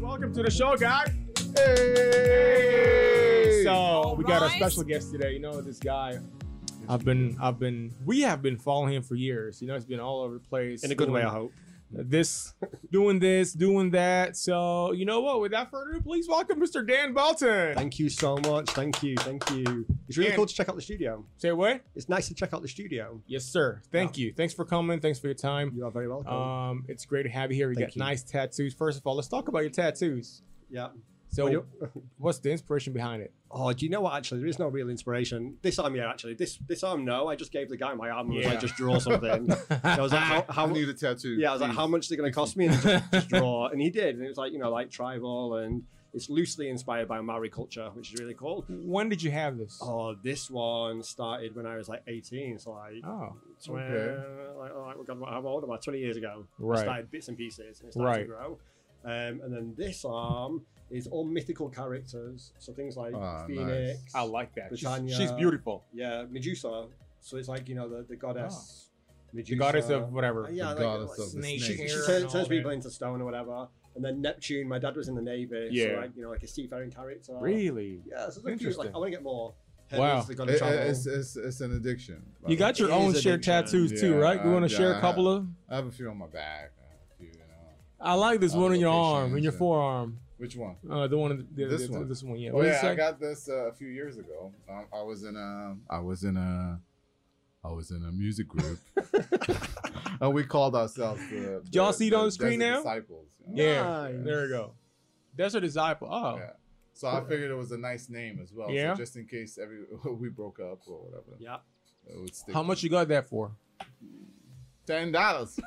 Welcome to the show, guys. Hey. So we got a Alright. special guest today. You know this guy. I've been, I've been, we have been following him for years. You know, it's been all over the place. In a good way, I doing hope. This, doing this, doing that. So you know what? Without further ado, please welcome Mr. Dan Belton. Thank you so much. Thank you. Thank you. It's really Yeah. cool to check out the studio. Say what? It's nice to check out the studio. Yes, sir. Thank you. Thanks for coming. Thanks for your time. You are very welcome. Uh, Um, it's great to have you here. You Thank got you. nice tattoos. First of all, let's talk about your tattoos. Oh, yeah. So, Well, you- what's the inspiration behind it? oh, do you know what? Actually, there is no real inspiration. This arm, yeah, actually. This this arm, no. I just gave the guy my arm and was Yeah. like, just draw something. so I was like, how, I how need a tattoo. yeah, I was like, please. how much are they going to cost me? And he just, just draw. And he did. And it was like, you know, like tribal. And it's loosely inspired by Maori culture, which is really cool. When did you have this? Oh, this one started when I was like 18. So like, Oh, So uh, like, oh, God, what- how old am I? 20 years ago. Right. I started bits and pieces and it started Right. to grow. Um, and then this arm is all mythical characters. So things like Ah, Phoenix. nice. I like that. She's, Britannia. she's beautiful. Yeah, Medusa. So it's like, you know, the, the goddess. Medusa. The goddess of whatever. Uh, yeah, Ah. The like, goddess like, of the snake. snake. She hair turns, and all turns people that. into stone or whatever. And then Neptune, my dad was in the Navy. Yeah. So like, you know, like a seafaring character. Really? Yeah, so it's cute. Interesting. Like, I want to get more. Wow. Hermes, the god of It- it- travel. it's, it's, it's an addiction. by You the got your your It own own is shared shared addiction. tattoos too, Yeah, right? You I- want to yeah, share a I- couple of? way. I have a few on my back. I have a few, you know. I like this Uh, one on your locations arm, in your and- forearm. Which one? Uh, the one, in the, the, This the- one. this one. Yeah. Oh What yeah, is I that? got this uh, a few years ago. Um, I was in a, I was in a, I was in a music group, and we called ourselves the. Did y'all see it on the screen Desert now? Disciples. you know? Yeah. Nice. There you go. Desert disciple. Oh, Yeah. So I figured it was a nice name as well. so Yeah. just in case every we broke up or whatever. Yeah. It would stick how much you got that for? Ten dollars.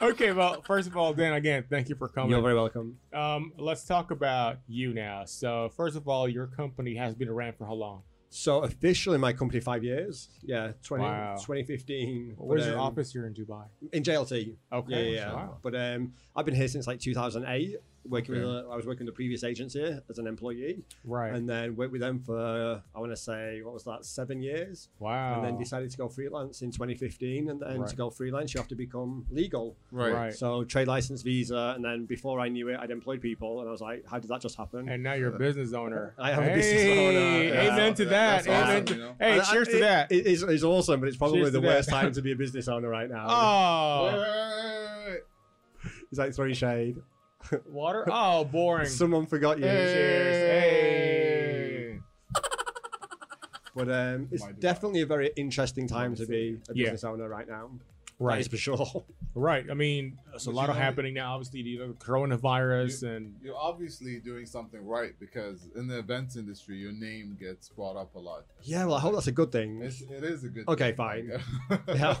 okay. Well, first of all, Dan, again, thank you for coming. You're very welcome. Um, let's talk about you now. So, first of all, your company has been around for how long? So officially, my company five years. Yeah, 20, Wow. Mm, 2015. but, Where's your um, office here in Dubai? In JLT. Yeah, Okay. yeah. yeah. Wow. But um, I've been here since like 2008. Working with, Okay. a, I was working with the previous agency as an employee, Right. and then worked with them for I want to say what was that seven years, wow. and then decided to go freelance in 2015. And then Oh. Right. to go freelance, you have to become legal. right. Right. So trade license, visa, and then before I knew it, I'd employed people, and I was like, how did that just happen? And now you're a business owner. I am a business owner. Hey, Yeah. Amen to that. That's awesome, Amen to, you know? hey, And I- cheers to it- that. It is it's awesome, but it's probably Cheers to the that. worst time to be a business owner right now. Wait, oh, wait, wait, wait, wait. It's like throwing shade. water. Oh, boring. Someone forgot you. Cheers. Hey. But um, it's Why do definitely a very interesting time to be a Yeah. business owner right now. That is right. for sure. Right. I mean, there's a But lot you of know- happening now. Obviously, the the coronavirus and You're obviously doing something right because in the events industry, your name gets brought up a lot. yeah, well, I hope that's a good Mm. thing. It's, it is a good. Okay, thing. fine. Like,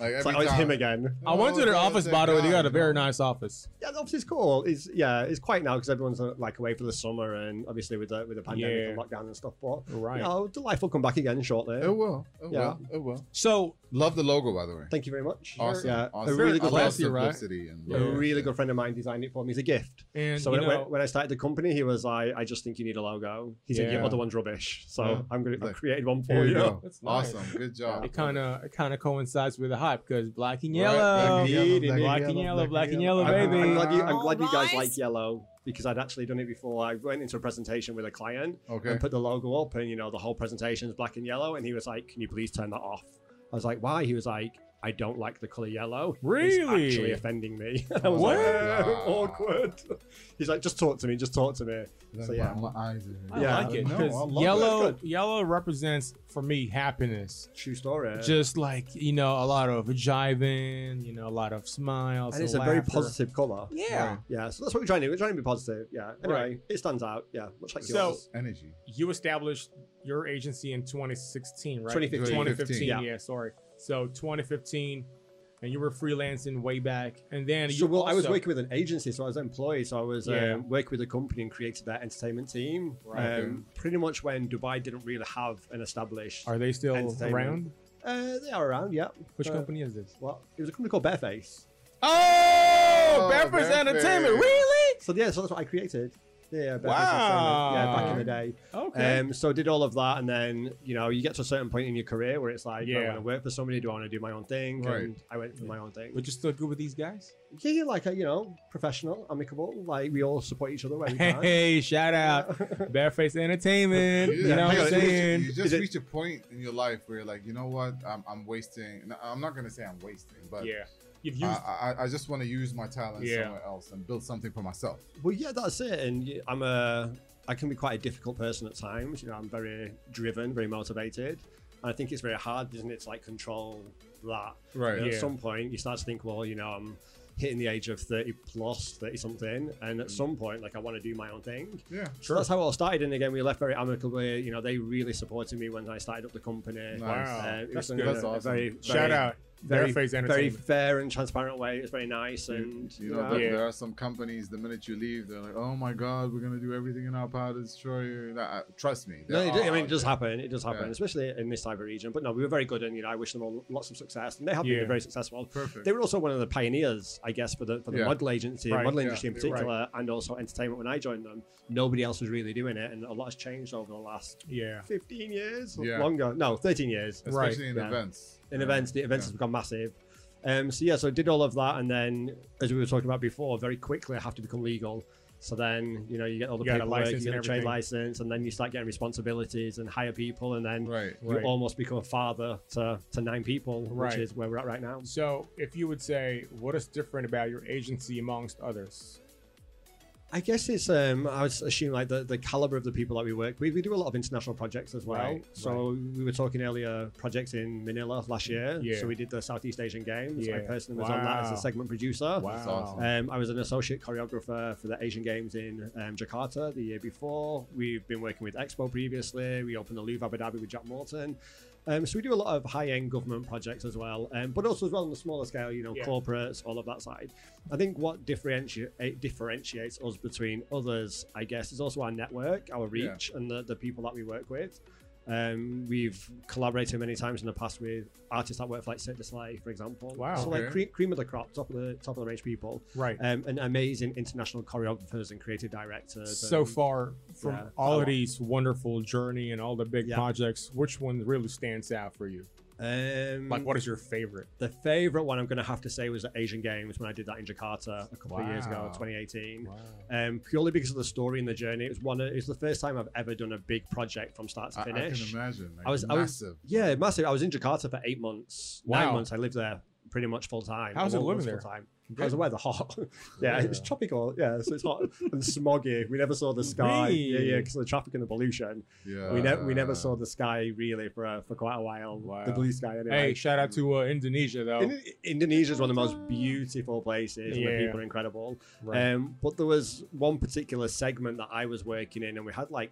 Yeah. like it's every like, oh, it's time- him again. I went to their Oh, office, thank by the way. They God, got a very no. nice office. Yeah, the office is cool. It's yeah, it's quiet now because everyone's uh, like away for the summer and obviously with the with the pandemic Yeah. and lockdown and stuff. But Right. you know, the life will come back again shortly. It will. It Yeah. will. It will. So, Love the logo, by the way. Thank you very much. Awesome. Yeah, awesome. a really I good love classy, friend, right? simplicity and a love. really good friend of mine designed it for me as a gift. and So you when, I- know, when I started the company, he was like, "I just think you need a logo." He said, Yeah. "Your other one's rubbish, so Yeah. I'm gonna I've Like, created one There for you you." go. That's nice. Awesome. Good job. it kind of it kind of coincides with the hype because black and Right, yellow, black and yellow, black and black and yellow, yellow, black and yellow, I'm, Oh, baby. I'm glad you, I'm All glad you guys right. like yellow because I'd actually done it before. I went into a presentation with a client Okay. and put the logo up, and you know the whole presentation is black and yellow. And he was like, "Can you please turn that off?" I was like, "Why?" He was like, "I don't like the color yellow. Really? it's actually offending me." I was What? like, "Oh, awkward. He's like, "Just talk to me. Just talk to me." Like, so, yeah. My, my eyes are. I Yeah. like it No, I because love it. yellow That's yellow represents for me happiness. True story. Just like you know, a lot of jiving, you know, a lot of smiles. and it's a very laughter. positive color. Yeah. Right. Yeah, so that's what we're trying to do. We're trying to be positive. Yeah. Anyway, Right. it stands out. Yeah, much like So- yours. Energy. You established your agency in 2016, right? 2015. 2015. Yeah. Yeah. sorry. So 2015, and you were freelancing way back, and then So, you well, I was also- working with an agency, so I was employed. So I was Yeah. um, working with a company and created that entertainment team. Right. Um, pretty much when Dubai didn't really have an established. Are they still Entertainment. around? Uh, they are around. Yeah. Which Uh, company is this? Well, it was a company called Bareface. Oh, Oh, Barefoot's Barefoot. Entertainment, Really? So yeah, so that's what I created. Yeah, back as a singer. Yeah, back in the day. Okay. Um, so I did all of that, and then you know you get to a certain point in your career where it's like, do I Yeah. want to work for somebody? Do I want to do my own thing? Right. And I went for my own thing. but you're still good with these guys? yeah, yeah, like uh, you know, professional, amicable. Like we all support each other where we can. Hey, shout out Bareface Entertainment. You You know what I'm just- you just- saying? You just it- reach a point in your life where you're like, you know what? I'm, I'm wasting. no, I'm not gonna say I'm wasting, but Yeah. You've I, used I, I just want to use my talent Yeah. somewhere else and build something for myself. Well, yeah, that's it. And y- I'm a, I can be quite a difficult person at times. You know, I'm very driven, very motivated. And I think it's very hard, isn't it, to like control that. Right. And Yeah. At some point, you start to think, well, you know, I'm hitting the age of 30 plus, 30 something. And at Mm. some point, like, I want to do my own thing. Yeah. So that's how it all started. And again, we left very amicably. You know, they really supported me when I started up the company. Uh, Nice. Wow. it That's was good. a- That's a awesome. Very, shout very- out very- Bareface Very Entertainment. fair and transparent way. It was very nice. You- And you, know, yeah. there, Yeah. there are some companies. The minute you leave, they're like, "Oh my God, we're gonna do everything in our power to destroy you." Nah, uh, trust me. No, there it, did- I are mean, it out does there. happen. It does happen, Yeah. especially in this type of region. But no, we were very good, and you know, I wish them all lots of success, and they have Yeah. been very successful. Perfect. They were also one of the pioneers, I guess, for the for the Yeah. model agency, Right, model yeah, industry in you're right. particular, and also entertainment. When I joined them, nobody else was really doing it, and a lot has changed over the last Yeah. fifteen years, Yeah. longer, no, thirteen years. Right, Especially in yeah. events. In Yeah. events, the events Yeah. has become massive. Um, so yeah, so I did all of that, and then as we were talking about before, very quickly I have to become legal. So then you know you get all the You got a paperwork, you license get a and trade everything. license, and then you start getting responsibilities and hire people, and then Right. you Right. almost become a father to, to nine people, Right. which is where we're at right now. So, if you would say, what is different about your agency amongst others? I guess it's um I would assume like the, the caliber of the people that we work with. We do a lot of international projects as well. Right, Mm, so we were talking earlier projects in Manila last year. Yeah. So we did the Southeast Asian Games. I Yeah. personally was on that as Wow. a segment producer. That's awesome. Um, I was an associate choreographer for the Asian Games in um, Jakarta the year before. We've been working with Expo previously. We opened the Louvre Abu Dhabi with Jack Morton. Um, so we do a lot of high-end government projects as well, um, but also as well on the smaller scale, you know, Yeah. corporates, all of that side. I think what differentiate, differentiates us between others, I guess, is also our network, our Yeah. reach, and the, the people that we work with. Um, we've collaborated many times in the past with artists that work for like Cirque du Soleil, for example. Wow. So like Okay. cream, cream of the crop, top of the top of the range people right. um, and amazing international choreographers and creative directors. so and far, from yeah, all a of lot. these wonderful journey and all the big Yeah. projects, which one really stands out for you? Um, Like, what is your favorite? the favorite one I'm going to have to say was the Asian Games when I did that in Jakarta a couple of years ago, Wow. 2018. Wow. Um, purely because of the story and the journey, it was one. Of, it was the first time I've ever done a big project from start I, to I can finish. imagine. Like, I was- I was- massive. yeah, massive. I was in Jakarta for eight months, Wow. nine months. I lived there pretty much full time. How's it almost living there? Full time. How's the weather? Hot. yeah, it's Yeah. tropical. Yeah, so it's hot and smoggy. We never saw the sky. Yeah, yeah, Really? because of the traffic and the pollution. Yeah. we, ne- we never saw the sky really for uh, for quite a while. Uh. Wow. The blue sky, anyway. Hey, shout out to uh, Indonesia though. In- Indonesia is one of the most beautiful places, and Yeah. the people are incredible. right. Um, but there was one particular segment that I was working in, and we had like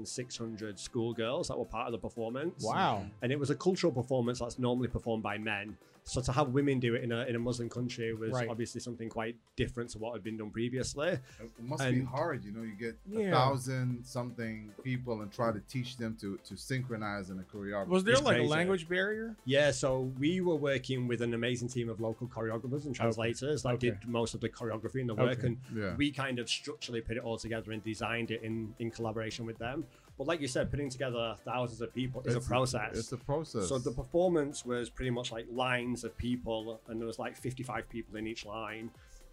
1,600 schoolgirls that were part of the performance. wow. And it was a cultural performance that's normally performed by men. So to have women do it in a, in a Muslim country was Right. obviously something quite different to what had been done previously. It must be and- hard, you know. You get Yeah. a thousand something people and try to teach them to to synchronize in a choreography. Was there it's like a crazy. language barrier? Yeah, so we were working with an amazing team of local choreographers and translators that Okay. did most of the choreography and the work, Okay. and yeah. we kind of structurally put it all together and designed it in in collaboration with them. But like you said, putting together thousands of people is a process. It's a process. so the performance was pretty much like lines of people, and there was like 55 people in each line,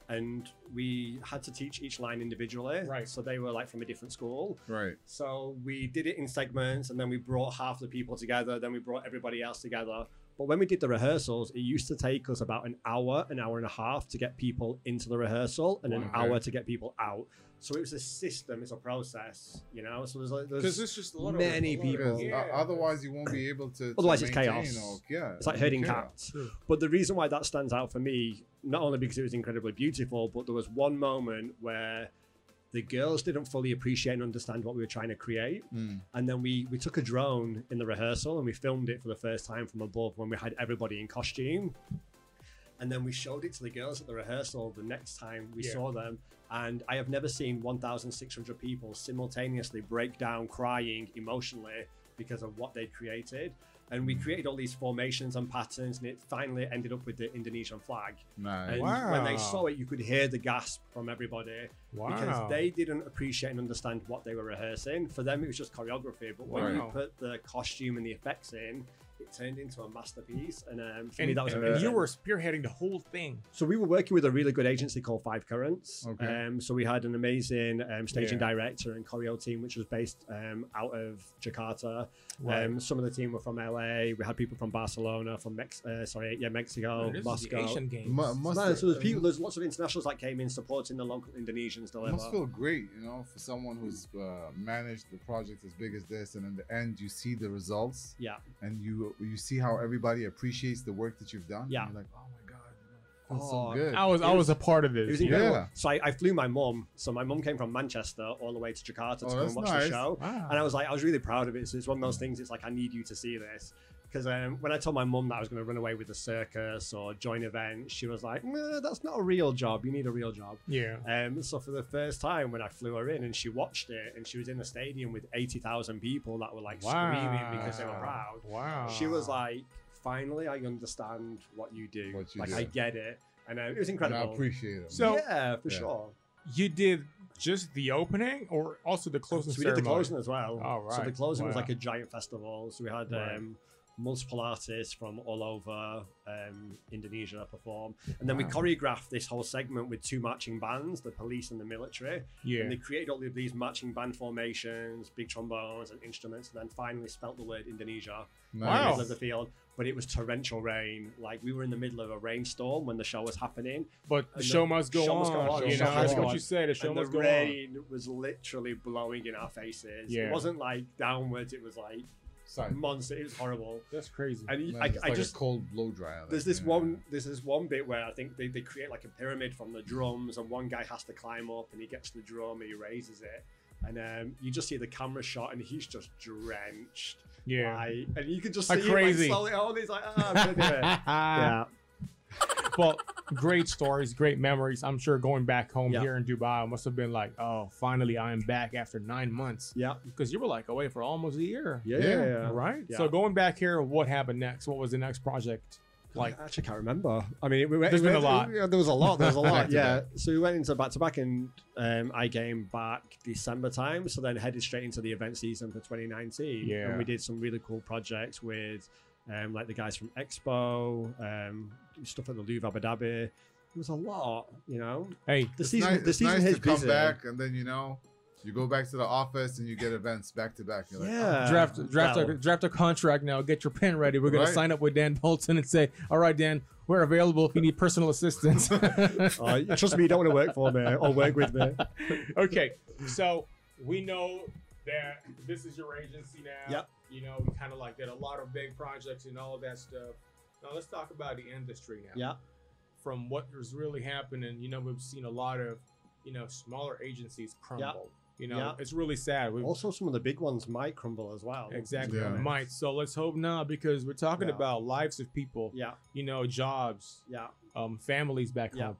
and we had to teach each line individually. Right. So they were like from a different school, right. so we did it in segments, and then we brought half the people together. Then we brought everybody else together. But when we did the rehearsals, it used to take us about an hour, an hour and a half to get people into the rehearsal, and an Wow. hour to get people out. So it was a system, it's a process, you know. So there's like Because there's, there's just a lot many of, a lot people. Because Of, o- yeah. otherwise you won't be able to. to Otherwise it's maintain chaos. Or, yeah. it's like herding chaos. cats. But the reason why that stands out for me, not only because it was incredibly beautiful, but there was one moment where the girls didn't fully appreciate and understand what we were trying to create. Mm. And then we we took a drone in the rehearsal and we filmed it for the first time from above when we had everybody in costume. And then we showed it to the girls at the rehearsal the next time we Yeah. saw them. And I have never seen 1,600 people simultaneously break down crying emotionally because of what they created. And we created all these formations and patterns, and it finally ended up with the Indonesian flag. Nice. And when they Wow. saw it, you could hear the gasp from everybody Wow. because they didn't appreciate and understand what they were rehearsing. For them, it was just choreography. But when you Wow. put the costume and the effects in, it turned into a masterpiece. And um, for me, and, that was and amazing. you were spearheading the whole thing. So we were working with a really good agency called Five Currents. Okay. Um, so we had an amazing um, staging Yeah. director and choreo team, which was based um, out of Jakarta. Right. Um, some of the team were from LA. We had people from Barcelona, from Mex- uh, sorry, yeah, Man, Mexico, this is the Moscow. Asian Games. Mu- So, must, man, so there's people. There's lots of internationals that came in supporting the local Indonesians deliver. must feel great, you know, for someone who's uh, managed the project as big as this, and in the end, you see the results. Yeah. And you you see how everybody appreciates the work that you've done. and Yeah. you're like, oh my god, you know, feels Oh, so good. I was I was a part of It was this. in- Yeah. incredible. Yeah. So I, I flew my mum. So my mum came from Manchester all the way to Jakarta to Oh, come and that's watch nice. the show. Wow. And I was like, I was really proud of it. So it's one of those things. It's like I need you to see this because um, when I told my mum that I was going to run away with the circus or join events, she was like, nah, "That's not a real job. You need a real job." yeah. Um, so for the first time when I flew her in and she watched it and she was in the stadium with eighty thousand people that were like screaming because they were Wow. proud. Wow. She was like, "Finally, I understand what you do. What you like do. I get it." And uh, it was And I incredible. appreciate it. So- yeah, for Yeah. sure. you did just the opening or also the closing So we did ceremony? the closing as well. All So the right. closing was Wow. like a giant festival. So we had Right. um, multiple artists from all over um, Indonesia perform, and then Wow. we choreographed this whole segment with two marching bands, the police and the military, and Yeah. they created all of these marching band formations, big trombones and instruments, and then finally spelt the word Indonesia in the Wow. middle of the field. But it was torrential rain. Like we were in the middle of a rainstorm when the show was happening, But the and show the must go show on. must go on, You show know, must that's go what on. you said. The show and must the go on. rain was literally blowing in our faces. Yeah. It wasn't like downwards; it was like Sorry. monster. It was horrible. That's crazy. And Man, I, it's I like just a cold blow dryer. there's like, this yeah. one there's this one bit where I think they, they create like a pyramid from the drums, and one guy has to climb up, and he gets the drum, and he raises it, and um, you just see the camera shot, and he's just drenched. yeah. Like, and you can just see Like crazy. him like, slowly on. He's like, ah, I'm gonna do it. yeah, well, great stories, great memories. I'm sure going back home Yeah. here in Dubai must have been like, oh, finally I am back after nine months yeah, because you were like away for almost a year, yeah, Yeah. yeah. yeah. right? Yeah. So going back here, what happened next? What was the next project? Like, I actually can't remember. I mean, we went, There's we been went- a lot. yeah, there was a lot. There was a Back lot. to yeah. So we went into back to back, and um, I came back December time. So then headed straight into the event season for 2019. Yeah. And we did some really cool projects with, um, like the guys from Expo, um, stuff at the Louvre Abu Dhabi. It was a lot, you know. hey, The It's season, nice, the it's season nice has to come busy. back, and then you know, you go back to the office and you get events back to back. You're like, Yeah. oh, draft draft well. a draft a contract now. Get your pen ready. We're gonna Right. sign up with Dan Bolton and say, all right, Dan, we're available if you need personal assistance. Oh, trust me, you don't want to work for me or work with me. okay, so we know that this is your agency now. Yep. You know, we kind of like did a lot of big projects and all of that stuff. Now let's talk about the industry now. Yeah. From what is really happening, you know, we've seen a lot of, you know, smaller agencies crumble. You know, Yeah. it's really sad. We've Also, some of the big ones might crumble as well. exactly Yeah. might. So let's hope not because we're talking Yeah. about lives of people. Yeah, You know, jobs, yeah. um, families back Yeah. home.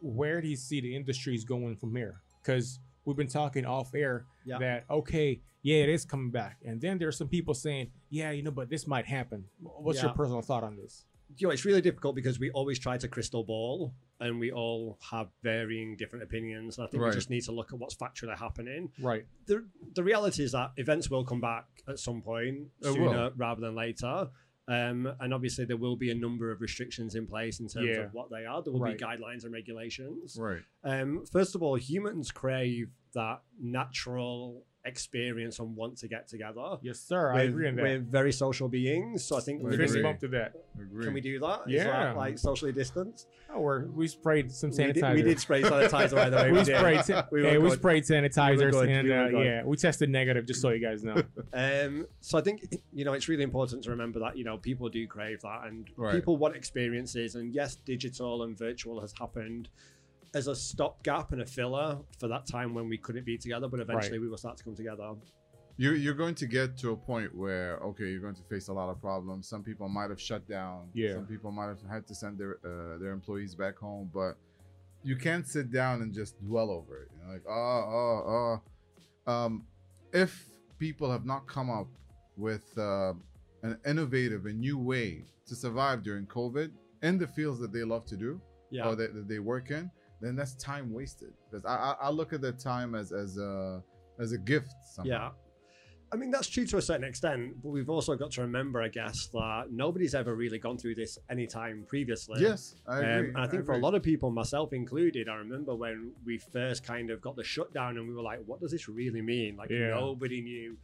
Where do you see the industries going from here? Because we've been talking off air Yeah. that okay, yeah, it is coming back, and then there's some people saying, yeah, you know, but this might happen. What's your Yeah. personal thought on this? you know, it's really difficult because we always try to crystal ball and we all have varying different opinions. And I think Right. we just need to look at what's factually happening. Right. The, the reality is that events will come back at some point They will. sooner rather than later. Um, and obviously, there will be a number of restrictions in place in terms Yeah. of what they are. There will Right. be guidelines and regulations. right. Um, first of all, humans crave that natural experience and want to get together. Yes, sir. I We're- agree on We're that. very social beings. So I think I We're agree. fist bump to that. Agree. can we do that? Is Yeah. that like socially distanced? Oh, we're, we sprayed some We sanitizer. did, we did spray sanitizer, by the way. We we did. sprayed, sa- We were yeah, we good. sprayed sanitizers good. and We were uh, good. yeah, we tested negative just so you guys know. Um, so I think you know it's really important to remember that you know people do crave that, and Right. people want experiences. And yes, digital and virtual has happened as a stopgap and a filler for that time when we couldn't be together, but eventually we will start to come together. You're, you're going to get to a point where okay, you're going to face a lot of problems. Some people might have shut down. Yeah. Some people might have had to send their uh, their employees back home, but you can't sit down and just dwell over it. You know, like oh oh oh. Um, if people have not come up with uh, an innovative and new way to survive during COVID in the fields that they love to do Yeah. Oh, or that, that they work in, then that's time wasted. Because I, I, I look at that time as as a as a gift. Yeah. Somehow. I mean, that's true to a certain extent, but we've also got to remember, I guess, that nobody's ever really gone through this any time previously. Yes, I Um, agree. and I think for a agree. lot of people, myself included, I remember when we first kind of got the shutdown and we were like, what does this really mean? Like, Yeah. nobody knew.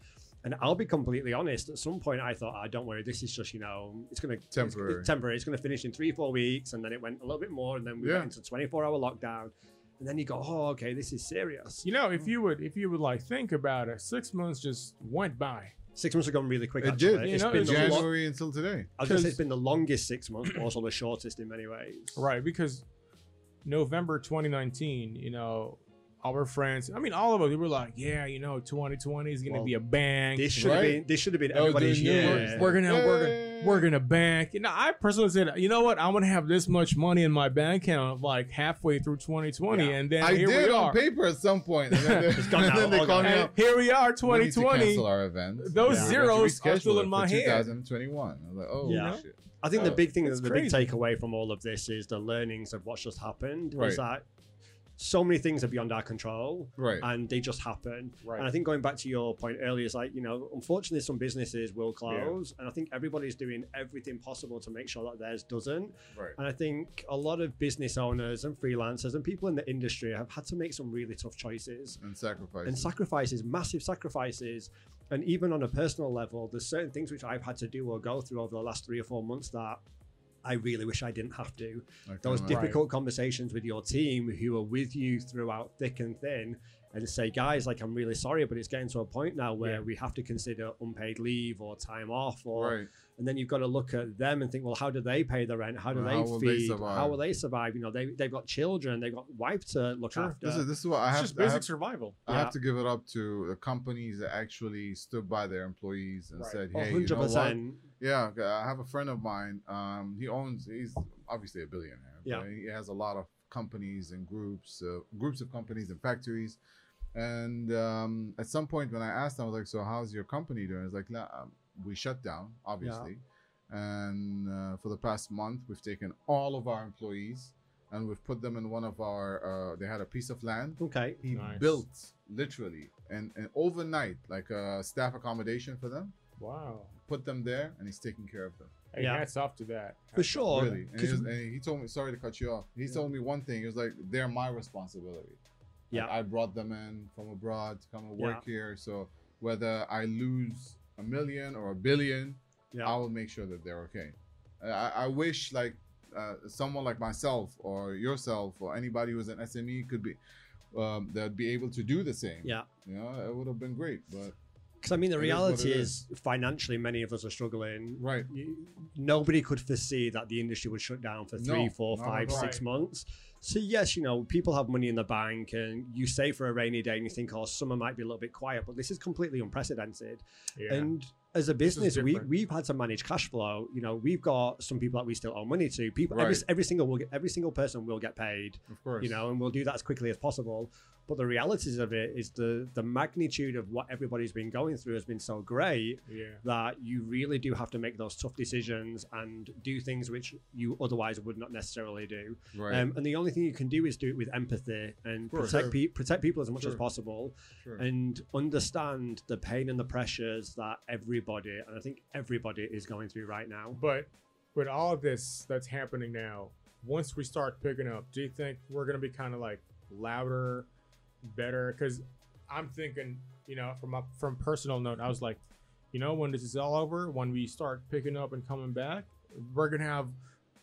And I'll be completely honest, at some point I thought, ah, don't worry, this is just, you know, it's going to Temporary. temporary. It's going to finish in three, four weeks. And then it went a little bit more. And then we Yeah. went into 24 hour lockdown. And then you go, oh, okay, this is serious. You know, if you would, if you would like think about it, six months just went by. Six months have gone really quick. It actually. did. You It's know, been it's the lo- just- January until today. I was going to say it's been the longest six months, but also the shortest in many ways. Right, because November 2019, you know, our friends, I mean, all of us, we were like, yeah, you know, 2020 is going to Well, be a bang. This should have Right? been. This should have been That was everybody's the new year. words. We're gonna, we're Yeah. gonna, we're gonna bank. You know, I personally said, you know what? I'm gonna have this much money in my bank account, like halfway through 2020, Yeah. and then I here did we on are. paper at some point, and then they, It's gone and now, then they all called me gone. And up. here we are, "We need to 2020. cancel our event. Those Yeah. zeros We are still rescheduled in it my for head. 2021. I was like, oh Yeah. shit. I think the Oh, big thing, that's the big crazy. takeaway from all of this is the learnings of what's just happened. Right. Is that so many things are beyond our control, Right. and they just happen. Right. And I think going back to your point earlier, is like you know, unfortunately, some businesses will close, and I think everybody's doing everything possible to make sure that theirs doesn't. right. And I think a lot of business owners and freelancers and people in the industry have had to make some really tough choices. And sacrifice. and sacrifices, massive sacrifices. And even on a personal level, there's certain things which I've had to do or go through over the last three or four months that I really wish I didn't have to. Those difficult conversations with your team who are with you throughout thick and thin and say, guys, like, I'm really sorry, but it's getting to a point now where Yeah. we have to consider unpaid leave or time off or Right. and then you've got to look at them and think, well, how do they pay the rent? How do How they will they feed? how survive? will they survive? You know, they they've got children, they've got wife to look Sure. after. This is this is what I It's have. just I basic have survival. I Yeah. have to give it up to the companies that actually stood by their employees and Right. said, A "Hey, you Oh, hundred know what? percent. Yeah, okay, I have a friend of mine. Um, he owns. He's obviously a billionaire. Yeah. but he has a lot of companies and groups, uh, groups of companies and factories. And um, at some point, when I asked him, I was like, "So how's your company doing?" He's like, nah, um, "We shut down, obviously, and uh, for the past month, we've taken all of our employees and we've put them in one of our. Uh, they had a piece of land." Okay. he Nice. built literally and, and overnight like a staff accommodation for them Wow. put them there and he's taking care of them Hey, Yeah. hats off to that. For sure. really and he, 'cause- was- and he told me sorry to cut you off he Yeah. told me one thing he was like they're my responsibility Like, Yeah. i brought them in from abroad to come and work Yeah. here so whether i lose a million or a billion yeah. I will make sure that they're okay. I- I, I wish like uh, someone like myself or yourself or anybody who's an SME could be um, that'd be able to do the same. Yeah. you know, it would have been great. But Because I mean, the It is what reality it is, financially, many of us are struggling. right, You- Nobody could foresee that the industry would shut down for No, three, four, not at five, six all. months. So yes, you know, people have money in the bank, and you save for a rainy day, and you think, oh, summer might be a little bit quiet, but this is completely unprecedented. Yeah. And as a business, we different. we've had to manage cash flow. You know, we've got some people that we still owe money to. People, every, Right. every single will get, every single person will get paid. of course. you know, and we'll do that as quickly as possible. But the realities of it is the the magnitude of what everybody's been going through has been so great yeah. that you really do have to make those tough decisions and do things which you otherwise would not necessarily do. right? Um, and the only thing you can do is do it with empathy and course. protect Sure. pe- protect people as much as Sure. possible sure. and understand the pain and the pressures that everybody and I think everybody is going through right now. But with all of this that's happening now, once we start picking up, do you think we're gonna be kind of like louder, better? Because I'm thinking, you know, from a from personal note, I was like, you know, when this is all over, when we start picking up and coming back, we're gonna have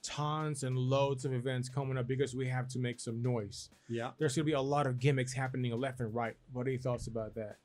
tons and loads of events coming up because we have to make some noise. Yeah. There's gonna be a lot of gimmicks happening left and right. What are your thoughts about that?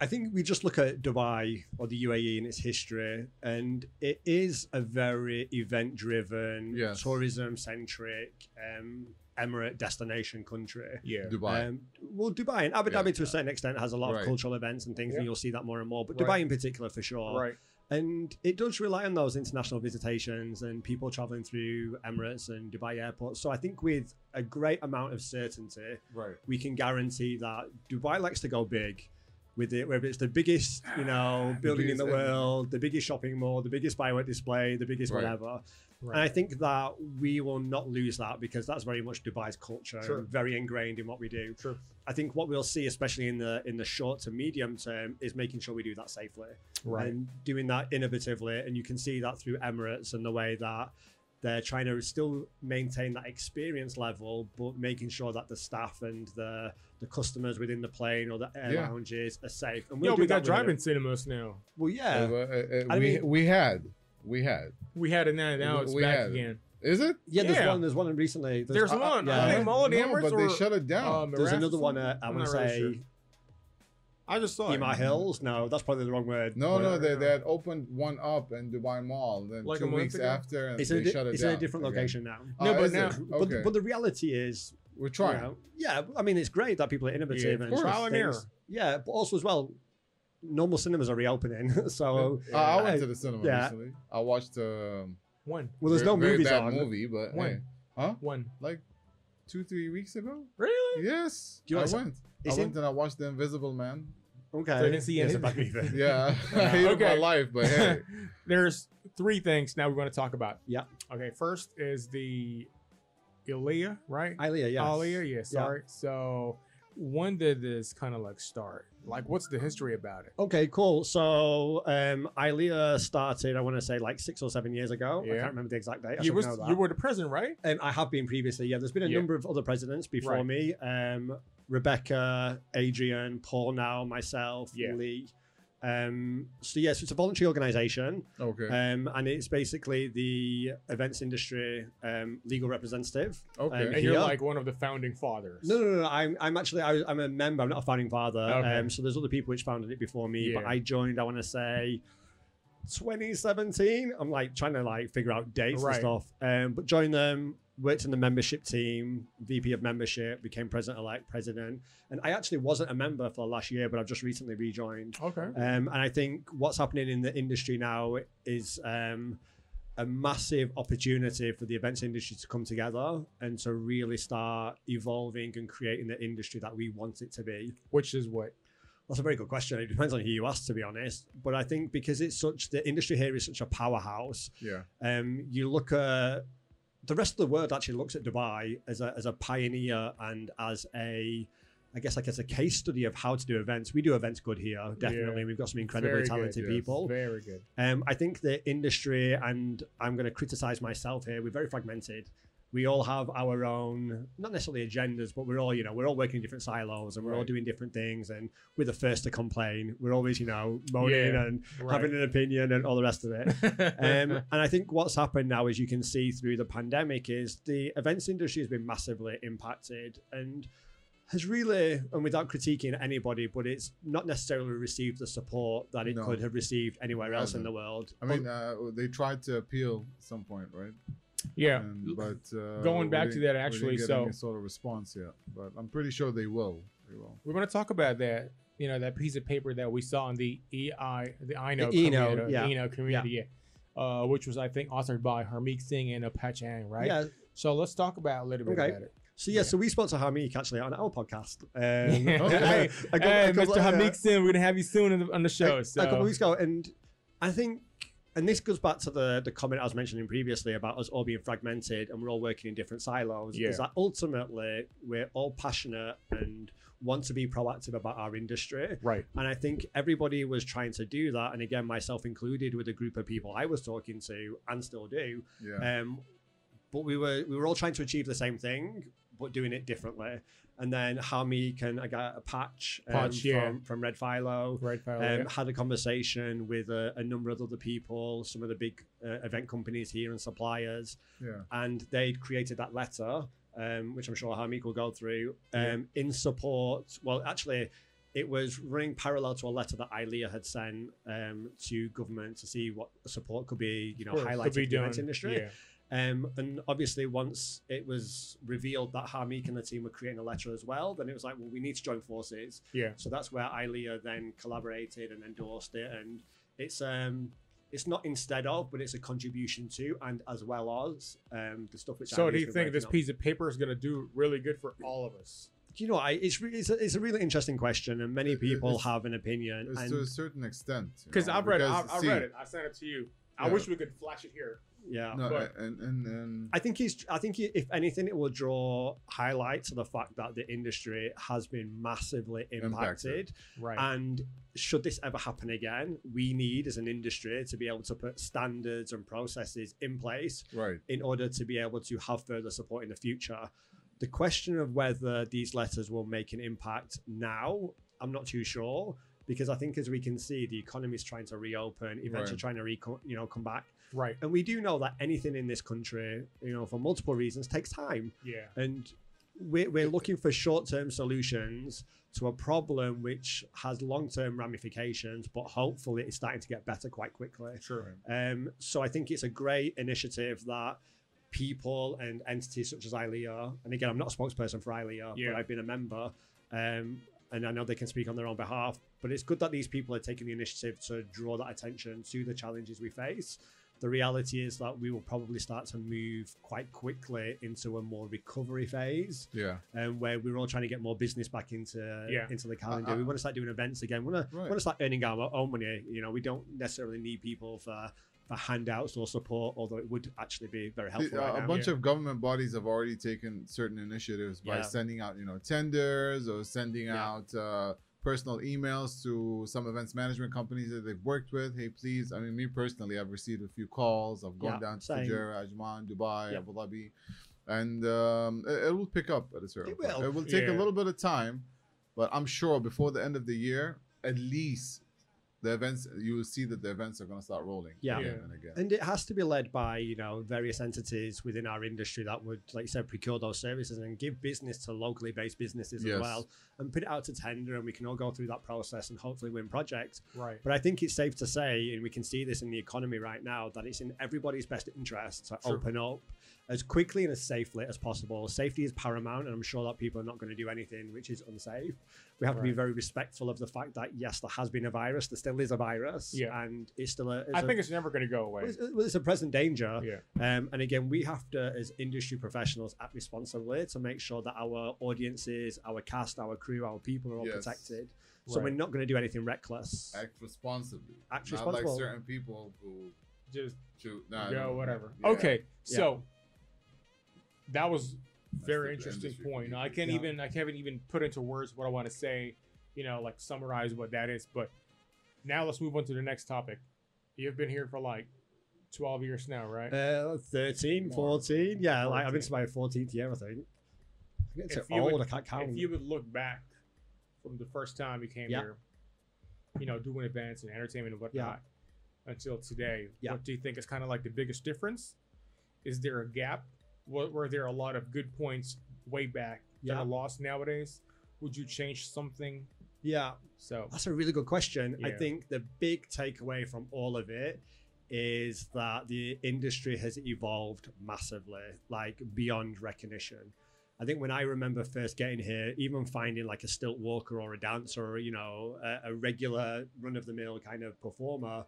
I think we just look at Dubai or the UAE and its history, and it is a very event driven, Yes. tourism centric, um, Emirate destination country. Yeah. Dubai. Um, well, Dubai and Abu Yeah. Dhabi to a certain extent has a lot of Right. cultural events and things, Yeah. and you'll see that more and more, but Right. Dubai in particular for sure. Right. And it does rely on those international visitations and people traveling through Emirates and Dubai airports. So I think with a great amount of certainty, right. we can guarantee that Dubai likes to go big. with it, whether it's the biggest, you know, Ah, The building biggest in the everything. world, the biggest shopping mall, the biggest firework display, the biggest Right. whatever. Right. And I think that we will not lose that because that's very much Dubai's culture, Sure. and very ingrained in what we do. Sure. I think what we'll see, especially in the in the short to medium term, is making sure we do that safely Right. and doing that innovatively. And you can see that through Emirates and the way that they're trying to still maintain that experience level, but making sure that the staff and the the customers within the plane or the air Yeah. lounges are safe. And Yo, do we that got with them. drive-in cinemas now. Well, yeah, Uh, uh, uh, I we mean- we had we had. We had it now. Now We- it's we back had it. again. Is it? yeah. There's yeah. one. There's one recently. There's I- I- one, I yeah. think Mall at Amherst but they or- shut it down. Um, There's Iraq another or one. something? Uh, I I'm want to not really say sure. I just saw it. Ema Hills. No, that's probably the wrong word. no, But no, they, yeah. they had opened one up in Dubai Mall. Then Like a two month weeks ago? after, and It's, in they a, di- shut it it's in down. a different again. location now. Oh, No, but is it? now- But, okay, but the reality is, we're you trying. know, yeah, I mean, it's great that people are innovative Yeah, and of try course. Trial and things. error. Yeah, but also as well, normal cinemas are reopening. so, Uh, I went I- to the cinema yeah. recently. I watched. Um, One. well, there's very, no very movies bad on. movie, but When? hey. huh? One. Like two, three weeks ago. Really? Yes, Do you know I what's- went. I It's in- went and I watched The Invisible Man. okay. So I didn't see Yes, anything. a bad movie. Yeah, I Yeah. hated my Okay. life, but hey, There's three things now we're going to talk about. Yeah. Okay. First is the Ilya, right? Ilya, yes. Ilya. Yeah. Sorry. So when did this kind of like start? Like, what's the history about it? Okay, cool. So, um, Ilya started, I want to say, like six or seven years ago. I Yeah. can't remember the exact date. I You should were know that. you were the president, right? Um, I have been previously. Yeah, there's been a Yeah. number of other presidents before Right. me. Um, Rebecca, Adrian, Paul, now myself, Yeah. Lee. Um, so yes, it's a voluntary organisation, okay, um, and it's basically the events industry um, legal representative. okay. Yeah. And you're Yeah. like one of the founding fathers. No, no, no. no, I'm, I'm actually, I, I'm a member. I'm not a founding father. Okay. Um, so there's other people which founded it before me, but Yeah. I joined. I want to say 2017. I'm like trying to like figure out dates Right. and stuff. Um, but joined them, worked in the membership team, VP of membership, became president elect, president, and I actually wasn't a member for the last year, but I've just recently rejoined. Okay. Um, and I think what's happening in the industry now is um, a massive opportunity for the events industry to come together and to really start evolving and creating the industry that we want it to be. Which is what? That's a very good question. It depends on who you ask, to be honest. But I think because it's such, the industry here is such a powerhouse. Yeah, Um, you look at the rest of the world actually looks at Dubai as a, as a pioneer and as a, I guess, like as a case study of how to do events. We do events good here, definitely. We've got some incredibly Very good, talented yes. people. Very good. Um, I think the industry, and I'm going to criticize myself here, we're very fragmented. We all have our own, not necessarily agendas, but we're all, you know, we're all working in different silos and we're all Right. doing different things. And we're the first to complain. We're always, you know, moaning Yeah. and Right. having an opinion and all the rest of it. Um, and I think what's happened now, as you can see through the pandemic, is the events industry has been massively impacted and has really, and without critiquing anybody, but it's not necessarily received the support that it No. could have received anywhere else in hasn't. the world. I mean, uh, they tried to appeal at some point, right? yeah. And, but uh, Going we back to didn't- that we actually, didn't get so- any sort of response yet. But I'm pretty sure they will. They will. We're going to talk about that. You know that piece of paper that we saw in the EI, the INO, The Eno, community, yeah. Eno community, yeah. Uh, which was I think authored by Harmeet Singh and Apache Ang, uh, right? Yeah. So let's talk about a little bit Okay. about it. So yeah, Yeah. so we sponsor Hamik actually on our podcast. Um, Hey, a couple- hey, a couple- Mr. yeah. Hamik Singh, we're gonna have you soon on the, on the show. a, so a couple of weeks ago, and I think, and this goes back to the the comment I was mentioning previously about us all being fragmented and we're all working in different silos. Yeah. Is that ultimately we're all passionate and want to be proactive about our industry, right? and I think everybody was trying to do that, and again, myself included, with a group of people I was talking to and still do. Yeah. Um, but we were we were all trying to achieve the same thing, but doing it differently. And then Hami can I got a patch, um, Patch, yeah. from, from Red Philo. Right. Fowler, Um, yeah. had a conversation with a, a number of other people, some of the big uh, event companies here and suppliers, yeah. and they'd created that letter, um, which I'm sure Hamik will go through, Yeah. um, in support. Well, actually, it was running parallel to a letter that ILEA had sent um, to government to see what support could be, you know, Sure, could highlighted be in the event done, industry. Yeah. Um, and obviously, once it was revealed that Harmeek and the team were creating a letter as well, then it was like, well, we need to join forces. Yeah. So that's where ILEA then collaborated and endorsed it. And it's um, it's not instead of, but it's a contribution to and as well as um, the stuff which. So ILEA's do you been think this working on. piece of paper is gonna do really good for all of us? you know, I it's re- it's a, it's a really interesting question, and many It- it- people it's- have an opinion. It's and to a certain extent. you Because know, I've read it. I, because, I see, read it. I sent it to you. I Yeah. wish we could flash it here. yeah, No, but- and and and I think he's. I think if anything, it will draw highlight to the fact that the industry has been massively impacted. Impacted. Right. And should this ever happen again, we need as an industry to be able to put standards and processes in place right. in order to be able to have further support in the future. The question of whether these letters will make an impact now, I'm not too sure because I think as we can see, the economy is trying to reopen, eventually Right. trying to reco- you know come back. right. And we do know that anything in this country, you know, for multiple reasons, takes time Yeah. and we're, we're looking for short-term solutions to a problem which has long-term ramifications but hopefully it's starting to get better quite quickly Sure. um, so i think it's a great initiative that people and entities such as ilea and again i'm not a spokesperson for ilea Yeah. but i've been a member um, and i know they can speak on their own behalf but it's good that these people are taking the initiative to draw that attention to the challenges we face the reality is that we will probably start to move quite quickly into a more recovery phase Yeah. um, where we're all trying to get more business back into Yeah. into the calendar. I- we want to start doing events again. We want to Right. want to start earning our own money. You know, we don't necessarily need people for for handouts or support, although it would actually be very helpful. Uh, right a now. bunch of government bodies have already taken certain initiatives by Yeah. sending out, you know, tenders or sending Yeah. out uh, personal emails to some events management companies that they've worked with. Hey, please. I mean, me personally, I've received a few calls. I've gone Yeah, down to same. Fujairah, Ajman, Dubai, Yeah. Abu Dhabi, and um, it, it will pick up at a certain. It point. will. It will take a Yeah. little bit of time, but I'm sure before the end of the year, at least. The events you will see that the events are going to start rolling Yeah. again Yeah. and again. and it has to be led by you know various entities within our industry that would, like you said, procure those services and give business to locally based businesses as Yes. well, and put it out to tender, and we can all go through that process and hopefully win projects. Right. But I think it's safe to say, and we can see this in the economy right now, that it's in everybody's best interest to Sure. open up as quickly and as safely as possible. Safety is paramount, and I'm sure that people are not going to do anything which is unsafe. We have to be Right. very respectful of the fact that, yes, there has been a virus, there still is a virus, Yeah. and it's still a. it's I a- think it's never going to go away. well, it's, well, it's a present danger. Yeah. Um, and again, we have to, as industry professionals, act responsibly to make sure that our audiences, our cast, our crew, our people are all Yes. protected. So Right. we're not going to do anything reckless. act responsibly. Act not responsible. like certain people who Just shoot. Nah, go, no, whatever. Uh, yeah. Okay. So that was That's very the interesting industry point. people. I can't Yeah. even I haven't even put into words what I want to say, you know, like summarize what that is. But now let's move on to the next topic. You've been here for like twelve years now, right? Uh, 13, More. 14. Yeah, like I'm 14. into my 14th year, I think. I get If so you old, would- I can't count. if you would look back from the first time you came Yeah. here, you know, doing events and entertainment and whatnot until today, Yeah. what do you think is kind of like the biggest difference? Is there a gap? Were, were there a lot of good points way back that Yeah. are lost nowadays? Would you change something? yeah, So, that's a really good question. I Yeah. think the big takeaway from all of it is that the industry has evolved massively, like beyond recognition. I think when I remember first getting here, even finding like a stilt walker or a dancer or, you know, a, a regular run of the mill kind of performer